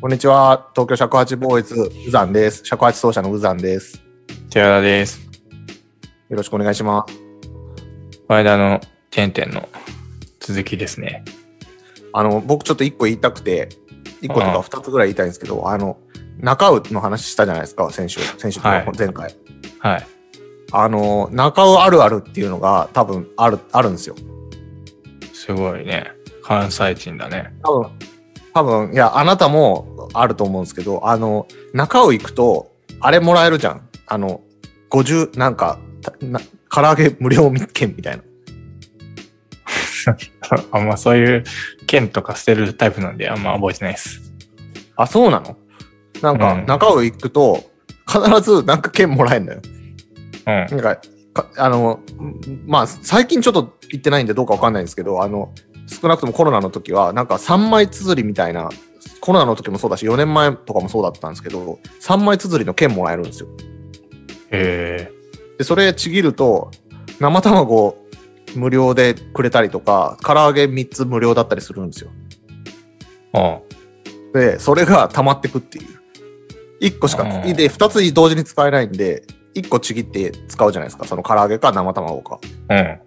こんにちは。東京尺八ボーイズ、ウザンです。尺八奏者のウザンです。寺田です。よろしくお願いします。この間の点々の続きですね。あの、僕ちょっと一個言いたくて、一個とうかん二つぐらい言いたいんですけど、あの、中尾の話したじゃないですか、先週、先週とはかい前回。はい。あの、中尾あるあるっていうのが多分ある、あるんですよ。すごいね。関西人だね。 多分、多分、いや、あなたもあると思うんですけど、あの、中尾行くと、あれもらえるじゃん。あの、50、なんか、たな唐揚げ無料券みたいな。あんまそういう県とか捨てるタイプなんであんま覚えてないです。あ、そうなのなんうか、ん中尾行くと、必ずなんか券もらえるのよ。うなん。んか、かあの、うんまあ、最近ちょっと行ってないんでどうかわかんないんですけど、あの、少なくともコロナの時は、なんか3枚綴りみたいな、コロナの時もそうだし、4年前とかもそうだったんですけど、3枚綴りの券もらえるんですよ。えで、それちぎると、生卵無料でくれたりとか、唐揚げ3つ無料だったりするんですよ。ー、あで、それが溜まってくっていう。1個しか、うんで、2つ同時に使えないんで、1個ちぎって使うじゃないですか。その唐揚げか生卵か。うん。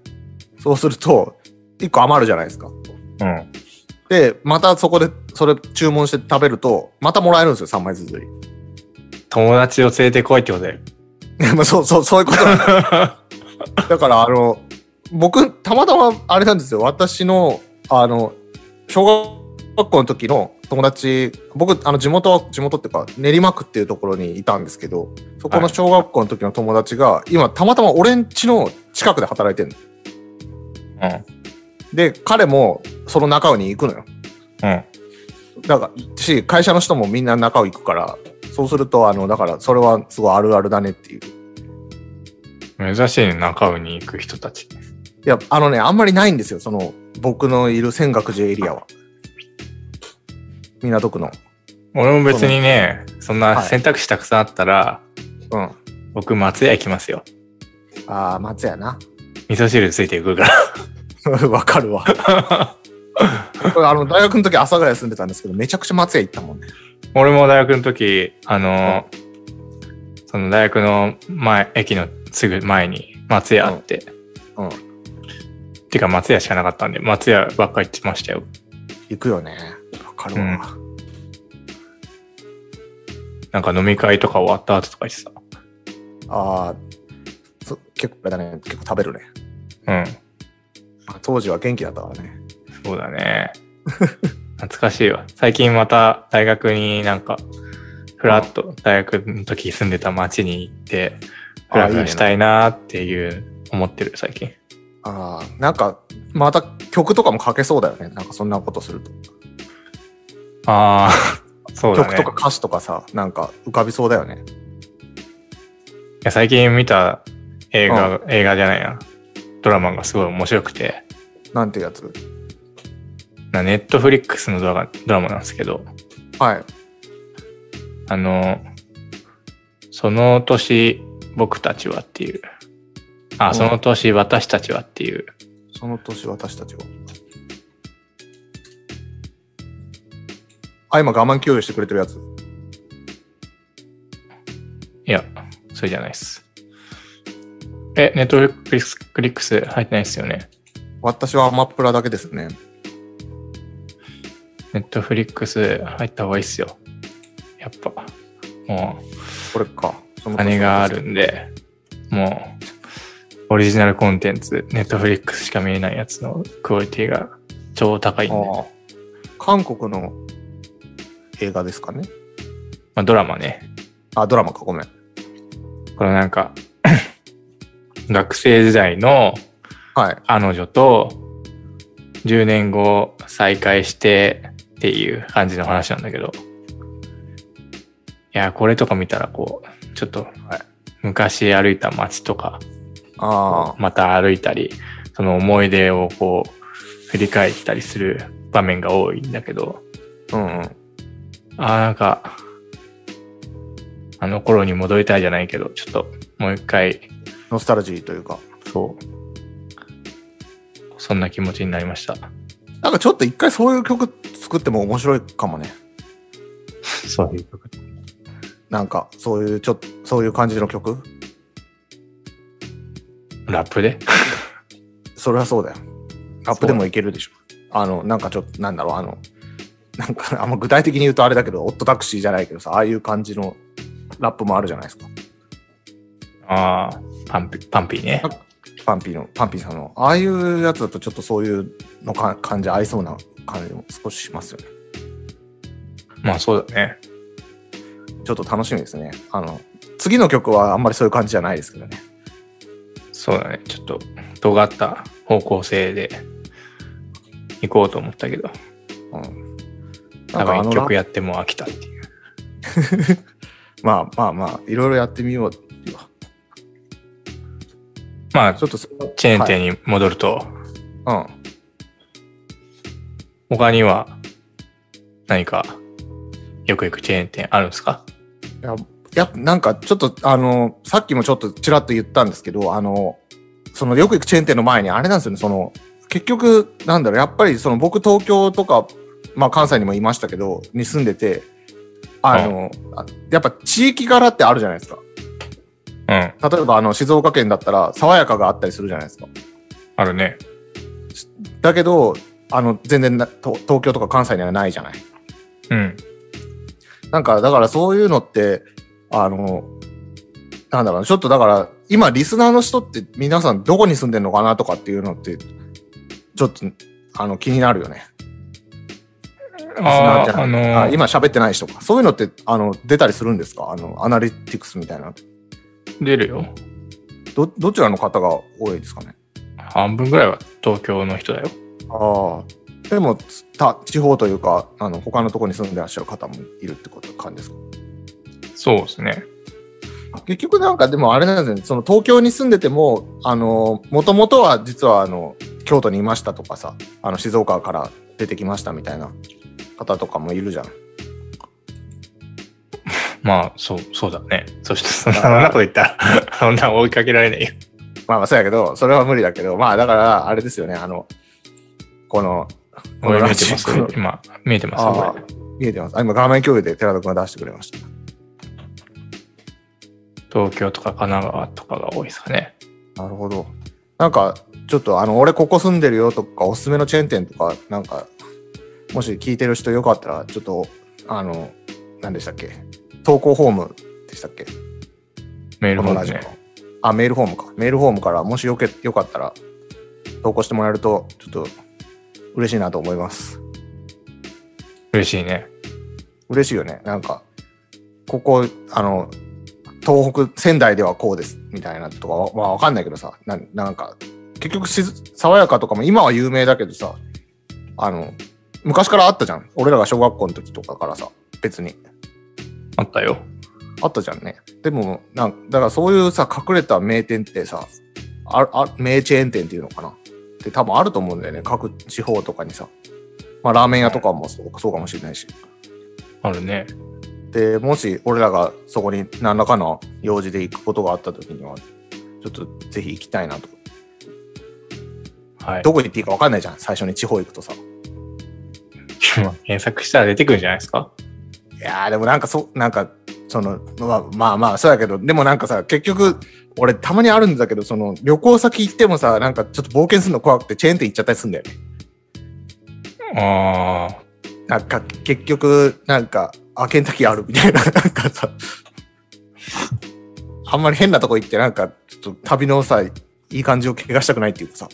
そうすると、1個余るじゃないですか。うん。で、またそこで、それ注文して食べると、またもらえるんですよ、3枚ずつに。友達を連れてこいってことだよ。 まあそう、そう、そういうことなんです。だから、あの、僕、たまたま、あれなんですよ、私の、あの、小学校の時の友達、僕、あの、地元は、地元っていうか、練馬区っていうところにいたんですけど、そこの小学校の時の友達が、今、たまたま俺ん家の近くで働いてるの。うん。で、彼も、その中尾に行くのよ。うん。だから、し、会社の人もみんな中尾行くから、そうすると、あの、だから、それはすごいあるあるだねっていう。珍しいね、中尾に行く人たち。いや、あのね、あんまりないんですよ、その、僕のいる泉岳寺エリアは。港区の。俺も別にね、そんなはい選択肢たくさんあったら、うん。あ僕、松屋行きますよ。あー、松屋な。 味噌汁ついていくかわかるわ。 ら。これあの、大学の時、阿佐ヶ谷住んでたんですけど、めちゃくちゃ松屋行ったもんね。俺も大学の時あのその大学の前駅のすぐ前に松屋あって、うんうんてか松屋しかなかったんで松屋ばっかり行ってましたよ行くよね。わかるわ。うんなんか飲み会とか終わった後とか行ってさああ、そ結構あれだね、結構食べるね。うんまあ当時は元気だったからね。そう だね懐かしいわ最近また大学になんかふらっと大学の時住んでた町に行ってふらふらしたい。いなーっていう思ってる最近ああ、なんか、また曲とかもかけそうだよね。なんかそんなことすると。ああ そうだね曲とか歌詞とかさ、なんか浮かびそうだよね。いや最近見た映画、映画じゃないな。ドラマがすごい面白くて、なんていうやつ。なネットフリックスのドラドラマなんですけど、はい。あの、その年僕たちはっていう、うあ、んその年私たちはっていう、その年私たちは。あ、今我慢給与してくれてるやつ。いや、それじゃないです。え、ネットフリックス入ってないですよね。私はアマプラだけですね。ネットフリックス入った方がいいっすよ。やっぱ、もう、これか。その年金があるんで、もう、オリジナルコンテンツ、ネットフリックスしか見えないやつのクオリティが超高いん私たで、ち。ああ韓国の映画ですかね。まあ、ドラマね、あ、ドラマか、ごめん。このなんか、 学生時代のはい。彼女と10年後再会してっていう感じの話なんだけど、いや、これとか見たらこう、ちょっと、昔歩いた街とか、あまた歩いたりその思い出をこう振り返ったりする場面が多いんだけどあ、うんうん。あーなんかあの頃に戻りたいじゃないけどちょっともう一回ノスタルジーというか。そうそんな気持ちになりましたなんかちょっと一回そういう曲作っても面白いかもね。そういう曲。なんか、そういう、ちょっと、そういう感じの曲ラップでそれはそうだよ。ラップでもいけるでしょ。あの、なんかちょっと、なんだろう、あの、 なんか、あんま具体的に言うとあれだけど、オットタクシーじゃないけどさ、ああいう感じのラップもあるじゃないですか。ああ、パンピ、パンピーね。パンピーの、パンピーさんの。ああいうやつだとちょっとそういうのか感じ合いそうな感じも少ししますよね。まあそうだね。ちょっと楽しみですね。あの、次の曲はあんまりそういう感じじゃないですけどね。そうだね。ちょっと、尖った方向性で行こうと思ったけど、うん。だから一ラ曲やっても飽きたっていう。まあまあまあ、いろいろやってみようよ。まあ、ちょっとそのチェーン店に戻ると、はい他には何かよく行くチェーン店あるんですかうん。いや、やなんかちょっと、あの、さっきもちょっとちらっと言ったんですけど、あの、そのよく行くチェーン店の前に、あれなんですよね、その、結局、なんだろう、やっぱりその僕、東京とか、まあ関西にもいましたけど、に住んでて、あの、あやっぱ地域柄ってあるじゃないですか。うん、例えば、あの、静岡県だったら、爽やかがあったりするじゃないですか。あるね。だけど、あの、全然なと東京とか関西にはないじゃない。うん。なんか、だからそういうのって、あの、なんだろうな、ちょっとだから、今、リスナーの人って皆さんどこに住んでるのかなとかっていうのって、ちょっと、あの、気になるよね。リスナーあじゃー、ないあのあー今喋ってない人か。そういうのって、あの、出たりするんですかあの、アナリティクスみたいな。出るよ。ど、どちらの方が多いですかね。半分ぐらいは東京の人だよ。ああ。でも、た、地方というか、あの、他のところに住んでらっしゃる方もいるってこと、感じですかそうですね。結局なんかでもあれなんですよね、その東京に住んでても、あの、もともとは実はあの、京都にいましたとかさ、あの、静岡から出てきましたみたいな方とかもいるじゃん。まあ、そう、そうだね。そして、そんなそんなこと言ったら、 そんな追いかけられないよ。まあまあそうやけど、それは無理だけど、まあだから、あれですよね、あの、この、こ 俺の見ラえジてオますこの今、見えてますあこれ見えてます。あ、今画面共有で寺田君が出してくれました。東京とか神奈川とかが多いですかね。なるほど。なんか、ちょっとあの、俺ここ住んでるよとか、おすすめのチェーン店とか、なんか、もし聞いてる人よかったら、ちょっと、あの、何でしたっけ投稿フォームでしたっけメールこものラジオのね。。あ、メールフォームか。メールフォームから、もしよけよかったら、投稿してもらえると、ちょっと、嬉しいなと思います。嬉しいね。嬉しいよね。なんか、ここ、あの、東北、仙台ではこうです、みたいなとかは、まあ、わかんないけどさ、なんなんか、結局しず、爽やかとかも今は有名だけどさ、あの、昔からあったじゃん。俺らが小学校の時とかからさ、別に。あったよ。あったじゃんね。でも、なんだからそういうさ、隠れた名店ってさ、ああ名チェーン店っていうのかなって多分あると思うんだよね。各地方とかにさ。まあ、ラーメン屋とかもそうそうかもしれないし。あるね。で、もし俺らがそこに何らかの用事で行くことがあった時には、ちょっとぜひ行きたいなと。はい。どこ行っていいか分かんないじゃん。最初に地方行くとさ。検索したら出てくるんじゃないですかいやーでもなんかそ、なんか、その、まあまあまあ、そうやけど、でもなんかさ、結局、俺たまにあるんだけど、その旅行先行ってもさ、なんかちょっと冒険するの怖くてチェーン店行っちゃったりするんだよね。ああ、なんか結局、なんか、あ、ケンタッキーあるみたいな、なん かさ、あんまり変なとこ行って、なんか、ちょっと旅のさ、いい感じを怪我したくないっていうかさ、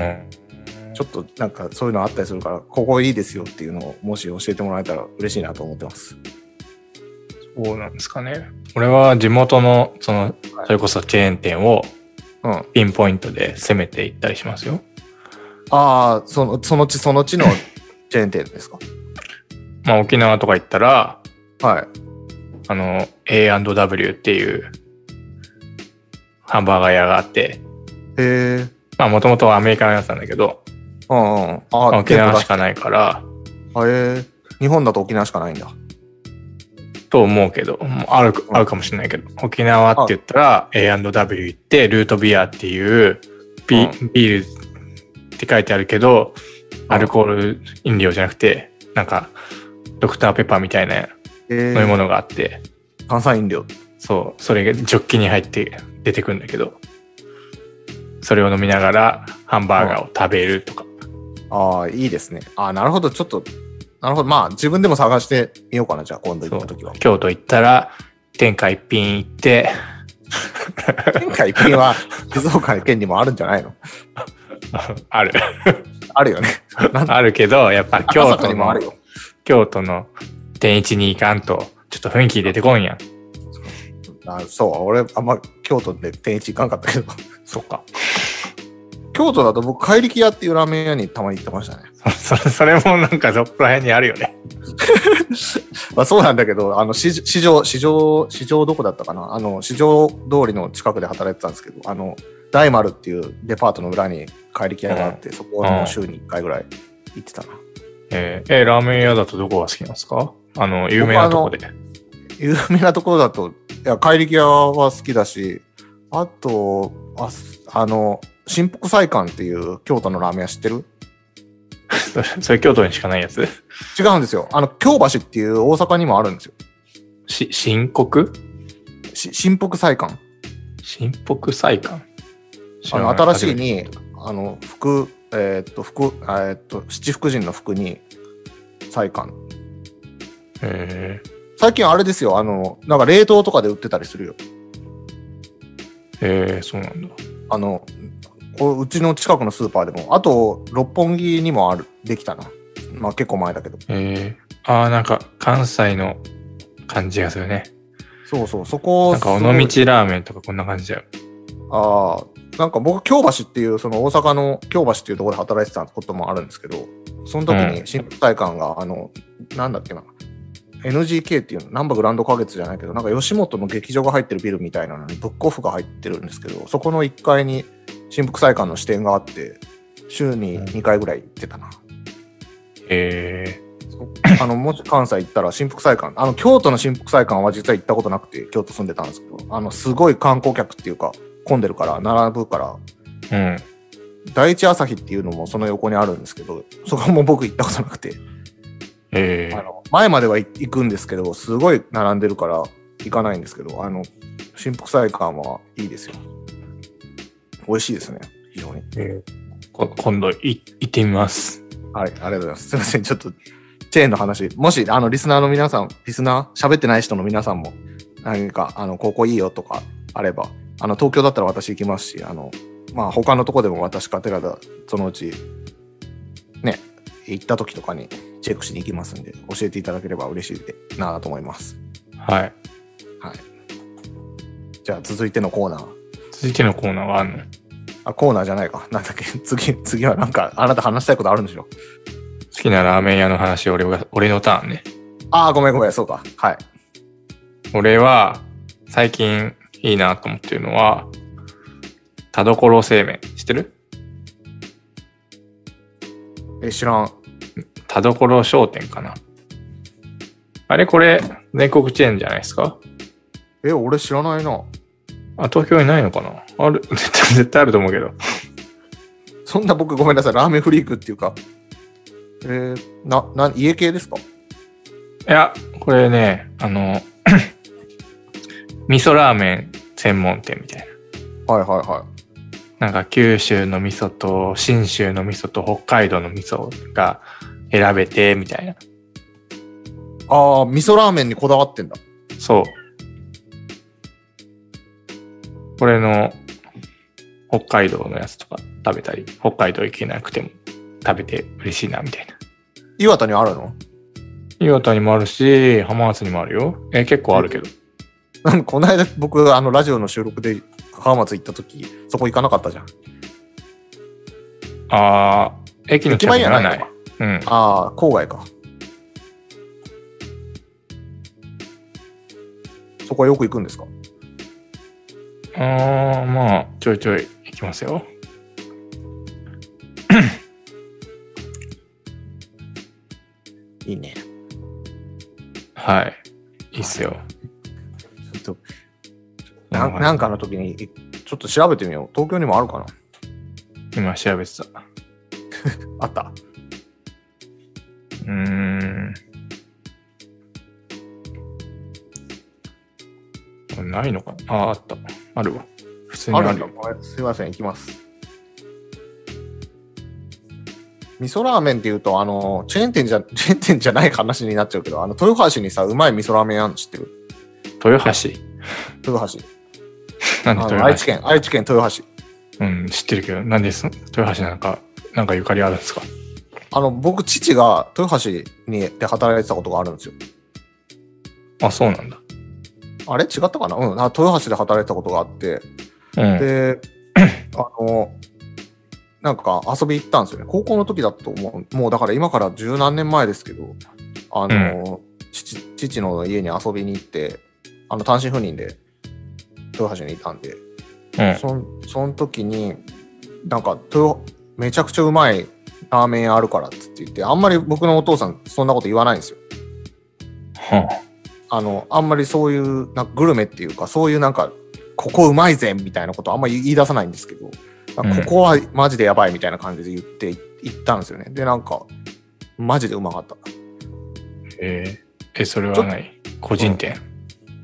うん。ちょっとなんかそういうのあったりするから、ここいいですよっていうのを、もし教えてもらえたら嬉しいなと思ってます。そうなんですかね。俺は地元の、その、それこそチェーン店をうん。あピンポイントで攻めていったりしますよ。あー、その、その地その地のチェーン店ですかまあ沖縄とか行ったら、はい。あの、A&W っていうハンバーガー屋があって、へえ。まあもともとはアメリカのやつなんだけど、うんうん。まああ、沖縄しか。かないから、あへえ。日本だと沖縄しかないんだ。と思うけど、もうあるか、うんあるかもしれないけど、沖縄って言ったら A&W 行って、ルートビアっていうビ,、ビールって書いてあるけど、アルコール飲料じゃなくて、なんか、ドクターペッパーみたいなえ飲み物があって、炭酸飲料。そう、それがジョッキに入って出てくるんだけど、それを飲みながらハンバーガーを食べるとか。ああ、いいですね。ああ、なるほど。ちょっと、なるほど。まあ、自分でも探してみようかな。じゃあ、今度そ行うった 時は。京都行ったら、天下一品行って、 天下一品は、静岡の県にもあるんじゃないのある。あるよね。なんあるけど、やっぱ赤京坂都にもあのる、よ。京都の天一に行かんと、ちょっと雰囲気出てこんやん。あそう、俺、あんま京都で天一行かんかったけど。そっか。 京都だと僕、怪力屋っていうラーメン屋にたまに行ってましたね。そ れ、それもなんかどこら辺にあるよね。まあそうなんだけど、あの、市市場、市場、市場どこだったかなあの、市場通りの近くで働いてたんですけど、あの、大丸っていうデパートの裏に怪力屋があって、そこはもう週に1回ぐらい行ってたな。えーえーラーメン屋だとどこが好きなんですかあの、有名なとこで。有名なところだと、いや、怪力屋は好きだし、あと、あすあの、新北菜館っていう京都のラーメン屋知ってるそれ、 それ京都にしかないやつ違うんですよ。あの、京橋っていう大阪にもあるんですよ。し、新国し新北菜館。新北祭館あの新しい。知らにな、あの、服、えーっと、服、えーっと、七福神の服に、菜館。え最近あれですよ、あの、なんか冷凍とかで売ってたりするよ。ー、えーそうなんだ。あの、こううちの近くのスーパーでも、あと、六本木にもある、できたな。まあ結構前だけど。えー、ああ、なんか関西の感じがするね。そうそう、そこなんか尾すごい道ラーメンとかこんな感じだよ。ああ、なんか僕、京橋っていう、その大阪の京橋っていうところで働いてたこともあるんですけど、その時うに新北体館が、あの、なんだっけな、NGK っていう、なんばグランド花月じゃないけど、なんか吉本の劇場が入ってるビルみたいなのに、ブックオフが入ってるんですけど、そこの1階に新北体館の支店があって、週に2回ぐらい行ってたな。えそあの、もし関西行ったら、新北祭館、あの、京都の新北祭館は実は行ったことなくて、京都住んでたんですけど、あの、すごい観光客っていうか、混んでるから、並ぶから、ー、第一朝日っていうのもその横にあるんですけど、そこも僕行ったことなくて、うん。えあー、の前までは行くんですけど、すごい並んでるから行かないんですけど、あの、新北菜館はいいですよ。美味しいですね、非常に。えーこ今度い行ってみます。はい、ありがとうございます。すいません、ちょっと、チェーンの話、もし、あの、リスナーの皆さん、リスナー、喋ってない人の皆さんも、何か、あの、ここいいよとかあれば、あの、東京だったら私行きますし、あの、まあ、他のとこでも私か寺田、そのうち、ね、行った時とかにチェックしに行きますんで、教えていただければ嬉しいなと思います。はい。はい。じゃあ、続いてのコーナー。続いてのコーナーはあるのあ、コーナーじゃないか。なんだっけ、次、次はなんか、あなた話したいことあるんでしょ好きなラーメン屋の話、俺が、俺のターンね。ああ、ごめんごめん、そうか。はい。俺は、最近いいなと思ってるのは、田所製麺。知ってるえ、知らん。田所商店かな。あれこれ、全国チェーンじゃないですかえ、俺知らないな。あ、東京にないのかなある、 絶対、絶対あると思うけど。そんな僕ごめんなさい、ラーメンフリークっていうか。えー、な、な、家系ですかいや、これね、あの、 味噌ラーメン専門店みたいな。はいはいは。なんか九州の味噌と信州の味噌と北海道の味噌が選べてみたいないああ、味噌ラーメンにこだわってんだ。そうこれの北海道のやつとか食べたり北海道行けなくても食べて嬉しいなみたいな岩手にあるの岩手にもあるし浜松にもあるよえ結構あるけどなんかこの間僕、あの、ラジオの収録で浜松行った時、そこ行かなかったじゃん。あー駅の駅近く前にじはゃなないいないのかうんああ、郊外か。そこはよく行くんですかああ、まあ、ちょいちょい行きますよ。いいね。はい。いいっすよ。ちょっとなんなんかの時に、いちょっと調べてみよう。東京にもあるかな今調べてた。あった。うーん。ないのかなあ、あった。あるわ。普通にああるるんだ。ごめんすいません、いきます。味噌ラーメンっていうと、あの、チェーン店じゃ、 チェーン店じゃない話になっちゃうけど、あの、豊橋にさ、うまい味噌ラーメン屋あるの知ってる豊橋。豊橋。なんあで豊の橋愛知県、愛知県豊橋。うん、知ってるけど、なんでそ豊橋なんか、なんかゆかりあるんですかあの、僕、父が豊橋にで働いてたことがあるんですよ。あ、そうなんだ。あれ違ったかなうん。あ豊橋で働いてたことがあって、うん。で、あの、なんか遊び行ったんですよね。高校の時だと思う。もうだから今から十何年前ですけど、あの、父父の家に遊びに行って、あの単身赴任で豊橋にいたんで、うん。そんその時に、なんか豊、めちゃくちゃうまいラーメン屋あるからっつって言って、あんまり僕のお父さんそんなこと言わないんですよ。はあの、あんまりそういう、なんかグルメっていうか、そういうなんか、ここうまいぜみたいなことあんまり言い出さないんですけど、んここはマジでやばいみたいな感じで言ってい行ったんですよね。で、なんか、マジでうまかった。あえーえ、それはちょっとない個人店。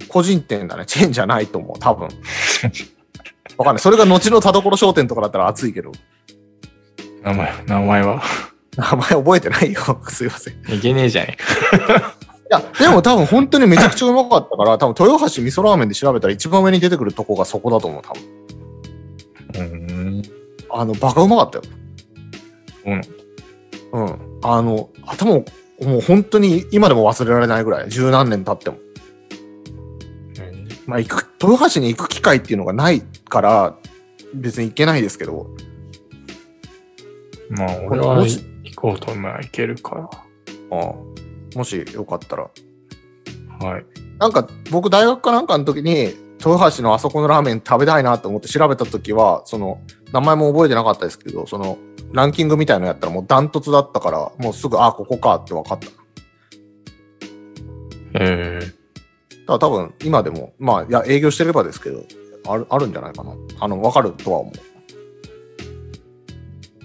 個人店だね。チェーンじゃないと思う、多分。わかんない。それが後の田所商店とかだったら熱いけど、名前、名前は名前覚えてないよ。 すいま せん。いいけねえじゃねや、でも多分本当にめちゃくちゃうまかったから、多分豊橋味噌ラーメンで調べたら一番上に出てくるとこがそこだと思う、多分。えか。うん。あの、バカうまかったよ。そうなんうん、あの頭をもう本当に今でも忘れられないぐらい十何年経っても、まあ、行く豊橋に行く機会っていうのがないから別に行けないですけどまあ、これ俺ははもし行こうと思えば行けるかああもしよかったらら。はい。なんか僕大学かなんかの時に豊橋のあそこのラーメン食べたいなと思って調べた時はその名前も覚えてなかったですけどそのランキングみたいのやったらもうダントツだったからもうすぐああここかって分かったえー、だから多分今でもまあいや営業してればですけどあるあるんじゃないかなあの分かるとは思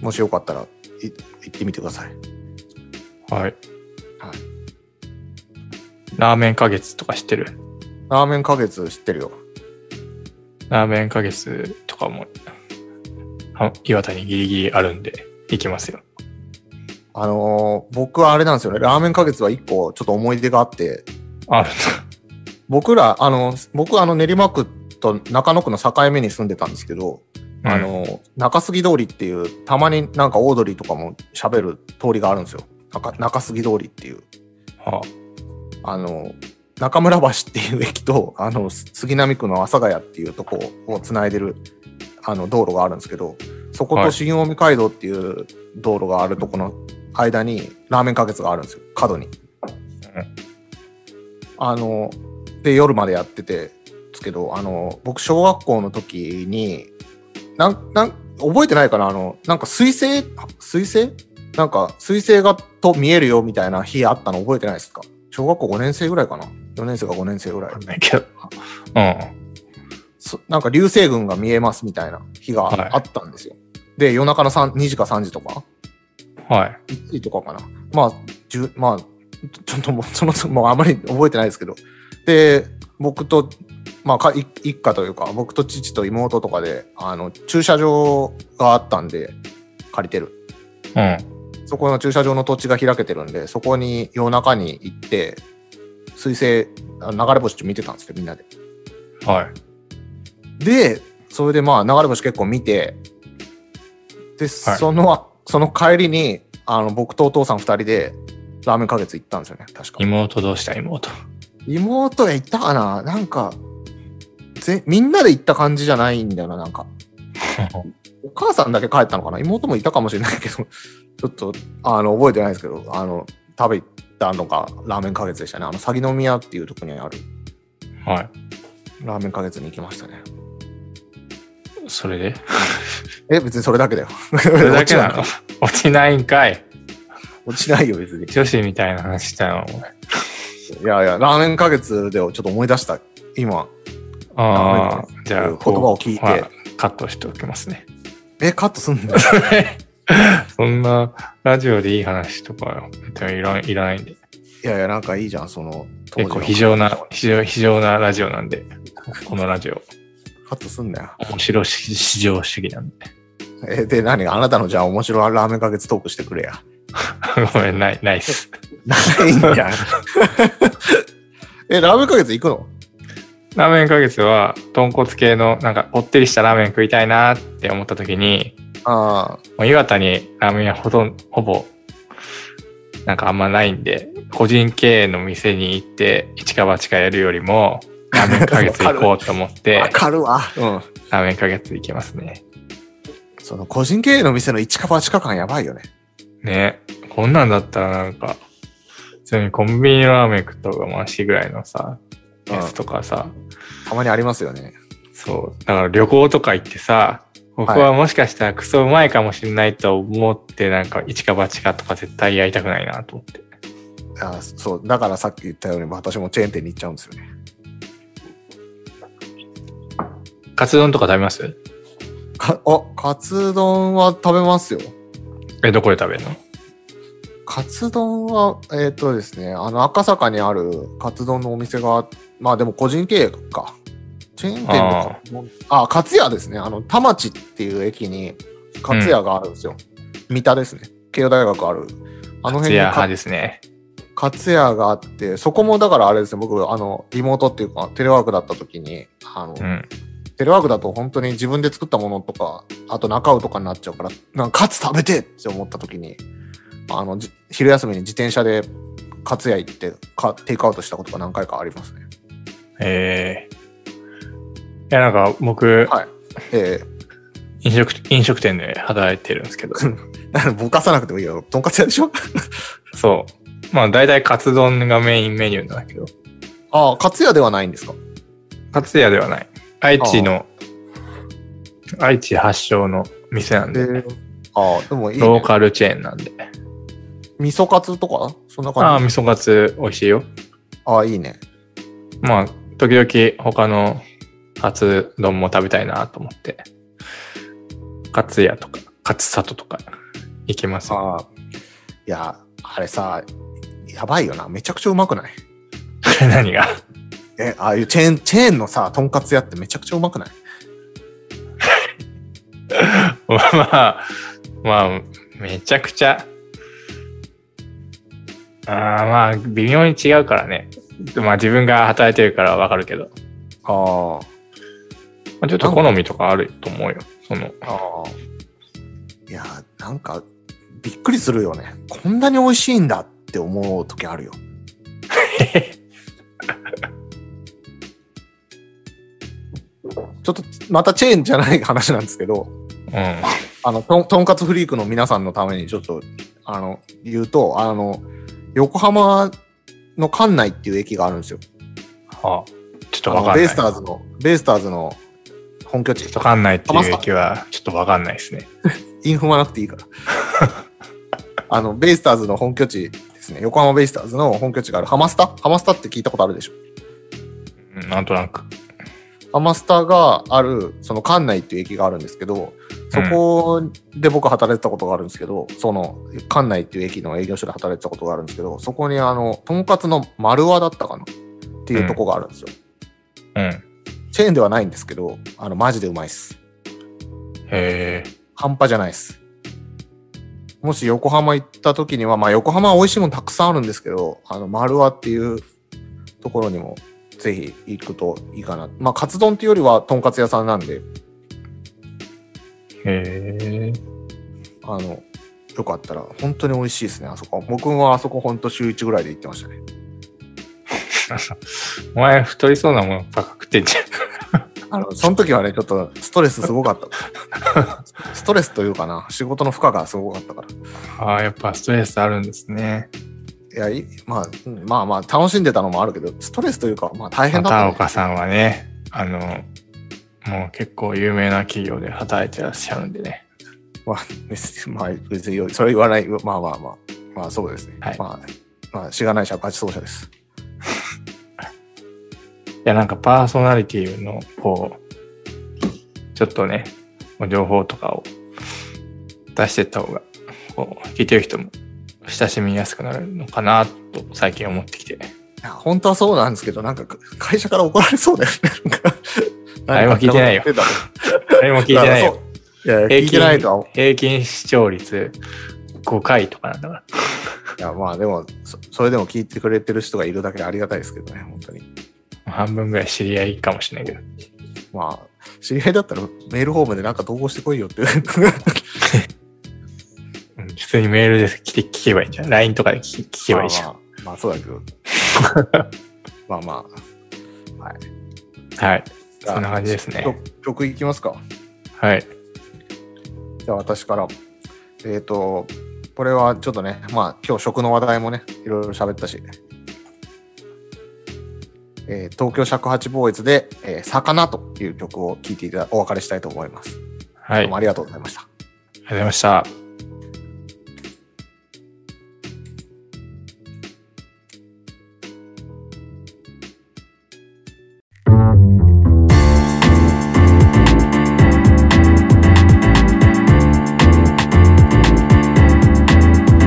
うもしよかったらい行ってみてくださいはい。ははい。いラーメン花月とか知ってるラーメン花月知ってるよラーメン花月とかも、は岩田にギリギリあるんで、行きますよ。あのー僕はあれなんですよねラーメン花月は一個ちょっと思い出があってある僕らあの僕あの練馬区と中野区の境目に住んでたんですけど、んだ。あの中杉通りっていうたまになんかオードリーとかも喋る通りがあるんですよ中中杉通りっていううん、はあの中村橋っていう駅とあの杉並区の阿佐ヶ谷っていうとこをつないでるあの道路があるんですけどそこはとい新近江街道っていう道路があるとこの間にラーメン花月があるんですよ角に。あので夜までやっててですけどあの僕小学校の時になんなん覚えてないかなあのなんか彗星彗星なんか彗星がと見えるよみたいな日あったの覚えてないですか小学校5年生ぐらいかな4年生か5年生ぐらいわかんないけど。うん。そなんか流星群が見えますみたいな日はいがあったんですよ、で夜中の3 2時か3時とかはい。 1時とかかなまあ10まあちょっともう そのもうあまり覚えてないですけどで僕とまあか一一家というか僕と父と妹とかであの駐車場があったんで借りてるうん。そこの駐車場の土地が開けてるんで、そこに夜中に行って、水星、あ流れ星見てたんですよ、みんなで。はい。で、それでまあ流れ星結構見て、で、その、その帰りに、あの、僕とお父さん二人で、ラーメン花月行ったんですよね、確か。妹どうした妹。妹で行ったかななんか、ぜみんなで行った感じじゃないんだよな、なん か。お母さんだけ帰ったのかな妹もいたかもしれないけど、ち ょっと、あの、覚えてないですけど、あの、食べたのがラーメン花月でしたね。あの、鷺宮っていうとこにあるはい。ラーメン花月に行きましたね。それでえ、別にそれだけだよ。そ それだけなの 落ちないんかい。落ちないよ、別に。女子みたいな話したの。いやいや、ラーメン花月でちょっと思い出した、今。ああ、じゃあ、言葉を聞いてこうはカットしておきますね。え、カットすんの そんな、ラジオでいい話とか、いらんいらないんで。いやいや、なんかいいじゃん、その、当時結の構非常な、非常、非常なラジオなんで、このラジオ。カットすんなよ。面白し至上主義なんで。 え、で、何あなたのじゃあ面白いラーメンか月トークしてくれや。ごめん、ない、ないっす。ないんじゃん。 え、ラーメンか月行くのラーメンか月は、豚骨系の、なんか、ぽってりしたラーメン食いたいなって思った時に、あもう岩田にラーメン屋ほとんど、ほぼ、なんかあんまないんで、個人経営の店に行って、一か八かやるよりも、ラーメンか月行こうと思っあ、て わ、かるわ。うん。ラーメンか月行きますね。その個人経営の店の一か八か感やばいよね。ねこんなんだったらなんか、普通にコンビニのラーメン食った方がマシぐらいのさ、うんやつとかさ、たまにありますよね。そう。だから旅行とか行ってさ、僕はもしかしたらクソうまいかもしれないと思って、なんか一か八かとか絶対やりたくないなと思って。あそう、だからさっき言ったように私もチェーン店に行っちゃうんですよね。カツ丼とか食べますかあ、カツ丼は食べますよ。え、どこで食べるのカツ丼は、えっ、とですね、あの赤坂にあるカツ丼のお店が、まあでも個人経営か。チェーン店であカーツ丼あカツ屋ですね。あの、田町っていう駅にカツ屋があるんですよ。三田ですね。慶応大学ある。あのい辺にや、カ派ですね。カツ屋があって、そこもだからあれですね、僕、あの、リモートっていうか、テレワークだった時に、あの、うん。テレワークだと本当に自分で作ったものとか、あと中尾とかになっちゃうから、なんかカツ食べてって思った時に、あの、じ昼休みに自転車でカツ屋行ってか、テイクアウトしたことが何回かありますね。えー。いや、なんか僕、はいえ飲食、飲食店で働いてるんですけど、 えだからぼかさなくてもいいよ。とんかつ屋でしょそう。まあ、大体カツ丼がメインメニューなんだけど、ああ、カツ屋ではないんですかカツ屋ではない。愛知の、愛知発祥の店なんえで、ああ、でもいい、ロねー。カルチェーンなんで。味噌カツとかそんなああ、感じ味噌カツ美味しいよ。ああ、いいね。まあ、時々他のカツ丼も食べたいなと思って、カツ屋とか、カツサトとか行きますよ。ああ。いや、あれさ、やばいよな。めちゃくちゃうまくない何が え、ああいうチェーン、チェーンのさ、とんかつ屋ってめちゃくちゃうまくないまあ、まあ、めちゃくちゃ。あーまあ、微妙に違うからね。まあ自分が働いてるからわかるけど。あまあ、ちょっと好みとかあると思うよ。その、あ。ああ。いや、なんか、びっくりするよね。こんなに美味しいんだって思う時ある よ。ちょっと、またチェーンじゃない話なんですけど、うん。あの、とんとんかつフリークの皆さんのためにちょっと、あの、言うと、あの、横浜の関内っていう駅があるんですよ。あ、ちょっとあわのかんベなイい。スちタょーズの、ベイスターズの本拠地っ。とわかんないっていう駅は、ちょっとわかんないですね。インフマなくていいから。あの、ベイスターズの本拠地ですね。横浜ベイスターズの本拠地があるハマスタハマスタって聞いたことあるでしょうんなんとなく。ハマスタがある、その関内っていう駅があるんですけど、そこで僕働いてたことがあるんですけど、その関内っていう駅の営業所で働いてたことがあるんですけど、そこにあの、とんかつの丸和だったかなっていうとこがあるんですよ。うん。へチェーンではないんですけど、あの、マジでうまいっす。え。半端じゃないです。もし横浜行った時には、まあ横浜は美味しいものたくさんあるんですけど、あの、丸和っていうところにもぜひ行くといいかな。まあカツ丼っていうよりはとんかつ屋さんなんで、へえ。あの、よかったら本当に美味しいですね、あそこ。僕はあそこ本当週1ぐらいで行ってましたね。 お前太りそうなものばっか食ってんじゃん。あの、その時はね、ちょっとストレスすごかった。 ストレスというかな、仕事の負荷がすごかったから。 ああ、やっぱストレスあるんですね。いや、いまあ、うんまあまあ、楽しんでたのもあるけど、ストレスというか、まあ大変だった、片ね。岡さんはね、あの、もう結構有名な企業で働いてらっしゃるんでね。まあ、別にまあ、別によいそれ言わない、まあまあまあ、まあそうですね。はいまあ、まあ、しがない社勝ち奏者です。いや、なんかパーソナリティの、こう、ちょっとね、情報とかを出してった方が、こう、聞いてる人も親しみやすくなるのかなと最近思ってきて。いや本当はそうなんですけど、なんか会社から怒られそうだよね。なんか誰も聞いてないよんか誰も聞いてないよ。いや、聞いてないとは思う。平均視聴率5回とかなんだから。いや、まあでもそ、それでも聞いてくれてる人がいるだけでありがたいですけどね、本当に。半分ぐらい知り合いかもしれないけど。まあ、知り合いだったらメールフォームでなんか投稿してこいよって。うん普通にメールで来て聞けばいいじゃん。LINE とかで聞聞けばいいじゃん。まあまあ、まあそうだけ ど。まあまあ。はい。はい。そんな感じですね曲曲いきますか。はい。じゃあ私から。えっ、と、これはちょっとね、まあ今日食の話題もね、いろいろ喋ったし。えー東京尺八ボーイズで、えー魚という曲を聴いていただお別れしたいと思います。どうはい。ありがもありがとうございました。とうございました。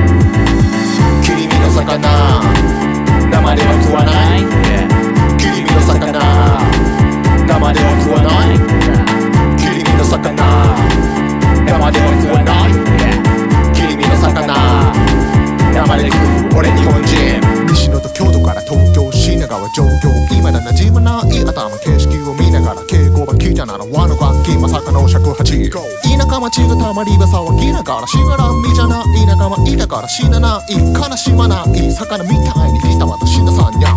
切り身の魚生では食わない切り身の魚生では食わない切り身の魚生では食わない切り身の魚生で食う俺日本人西野と京都から東京品川上京今だ馴染まない頭景色を見ながら稽古場聞いたなら和の楽器まさかの尺八田舎町がたまりは騒ぎながらしがらみじゃない仲間いたから死なない悲しまない魚みたいに生きた私のさんや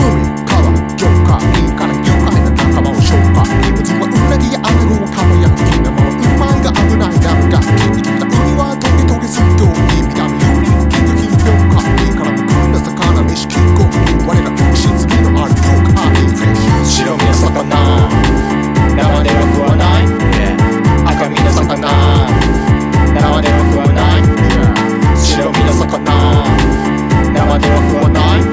海川業界から業界の仲間を紹介秘密はうなぎやアナゴをかばやきなものうまいが危ないなんか気に入った海はトゲトゲするよ意味あるよりも金魚品業界からも組んだ魚飯金庫我ら特進すぎのある業界白身の魚生では食わない赤身の魚生では食わない白身の魚生では食わない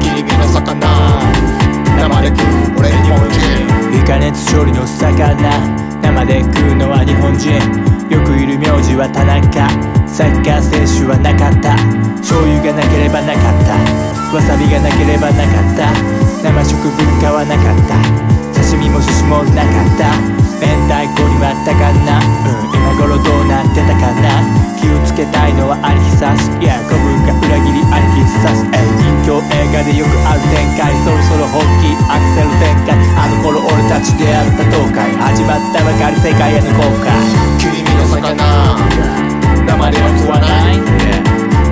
切り身の魚生で食う俺日本人非加熱処理の魚生で食うのは日本人よくいる名字は田中サッカー選手はなかった醤油がなければなかったわさびがなければなかった生食文化はなかった刺身も寿司もなかった明太子にはったかな、うん、今頃どうなってたかな気をつけたいのはアリキサスいや古文が裏切りアリキサスえい人形映画でよくある展開そろそろ本気アクセル展開あの頃俺たち出会った東海始まったばかり世界への後悔切り身の魚生では食わない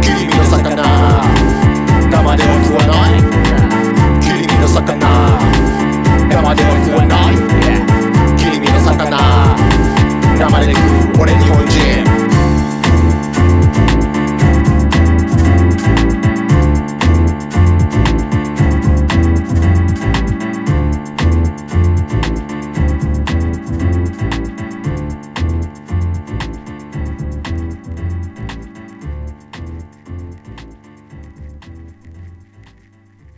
切り身の魚生では食わない切り身の魚生では食わない切り身の魚生で食う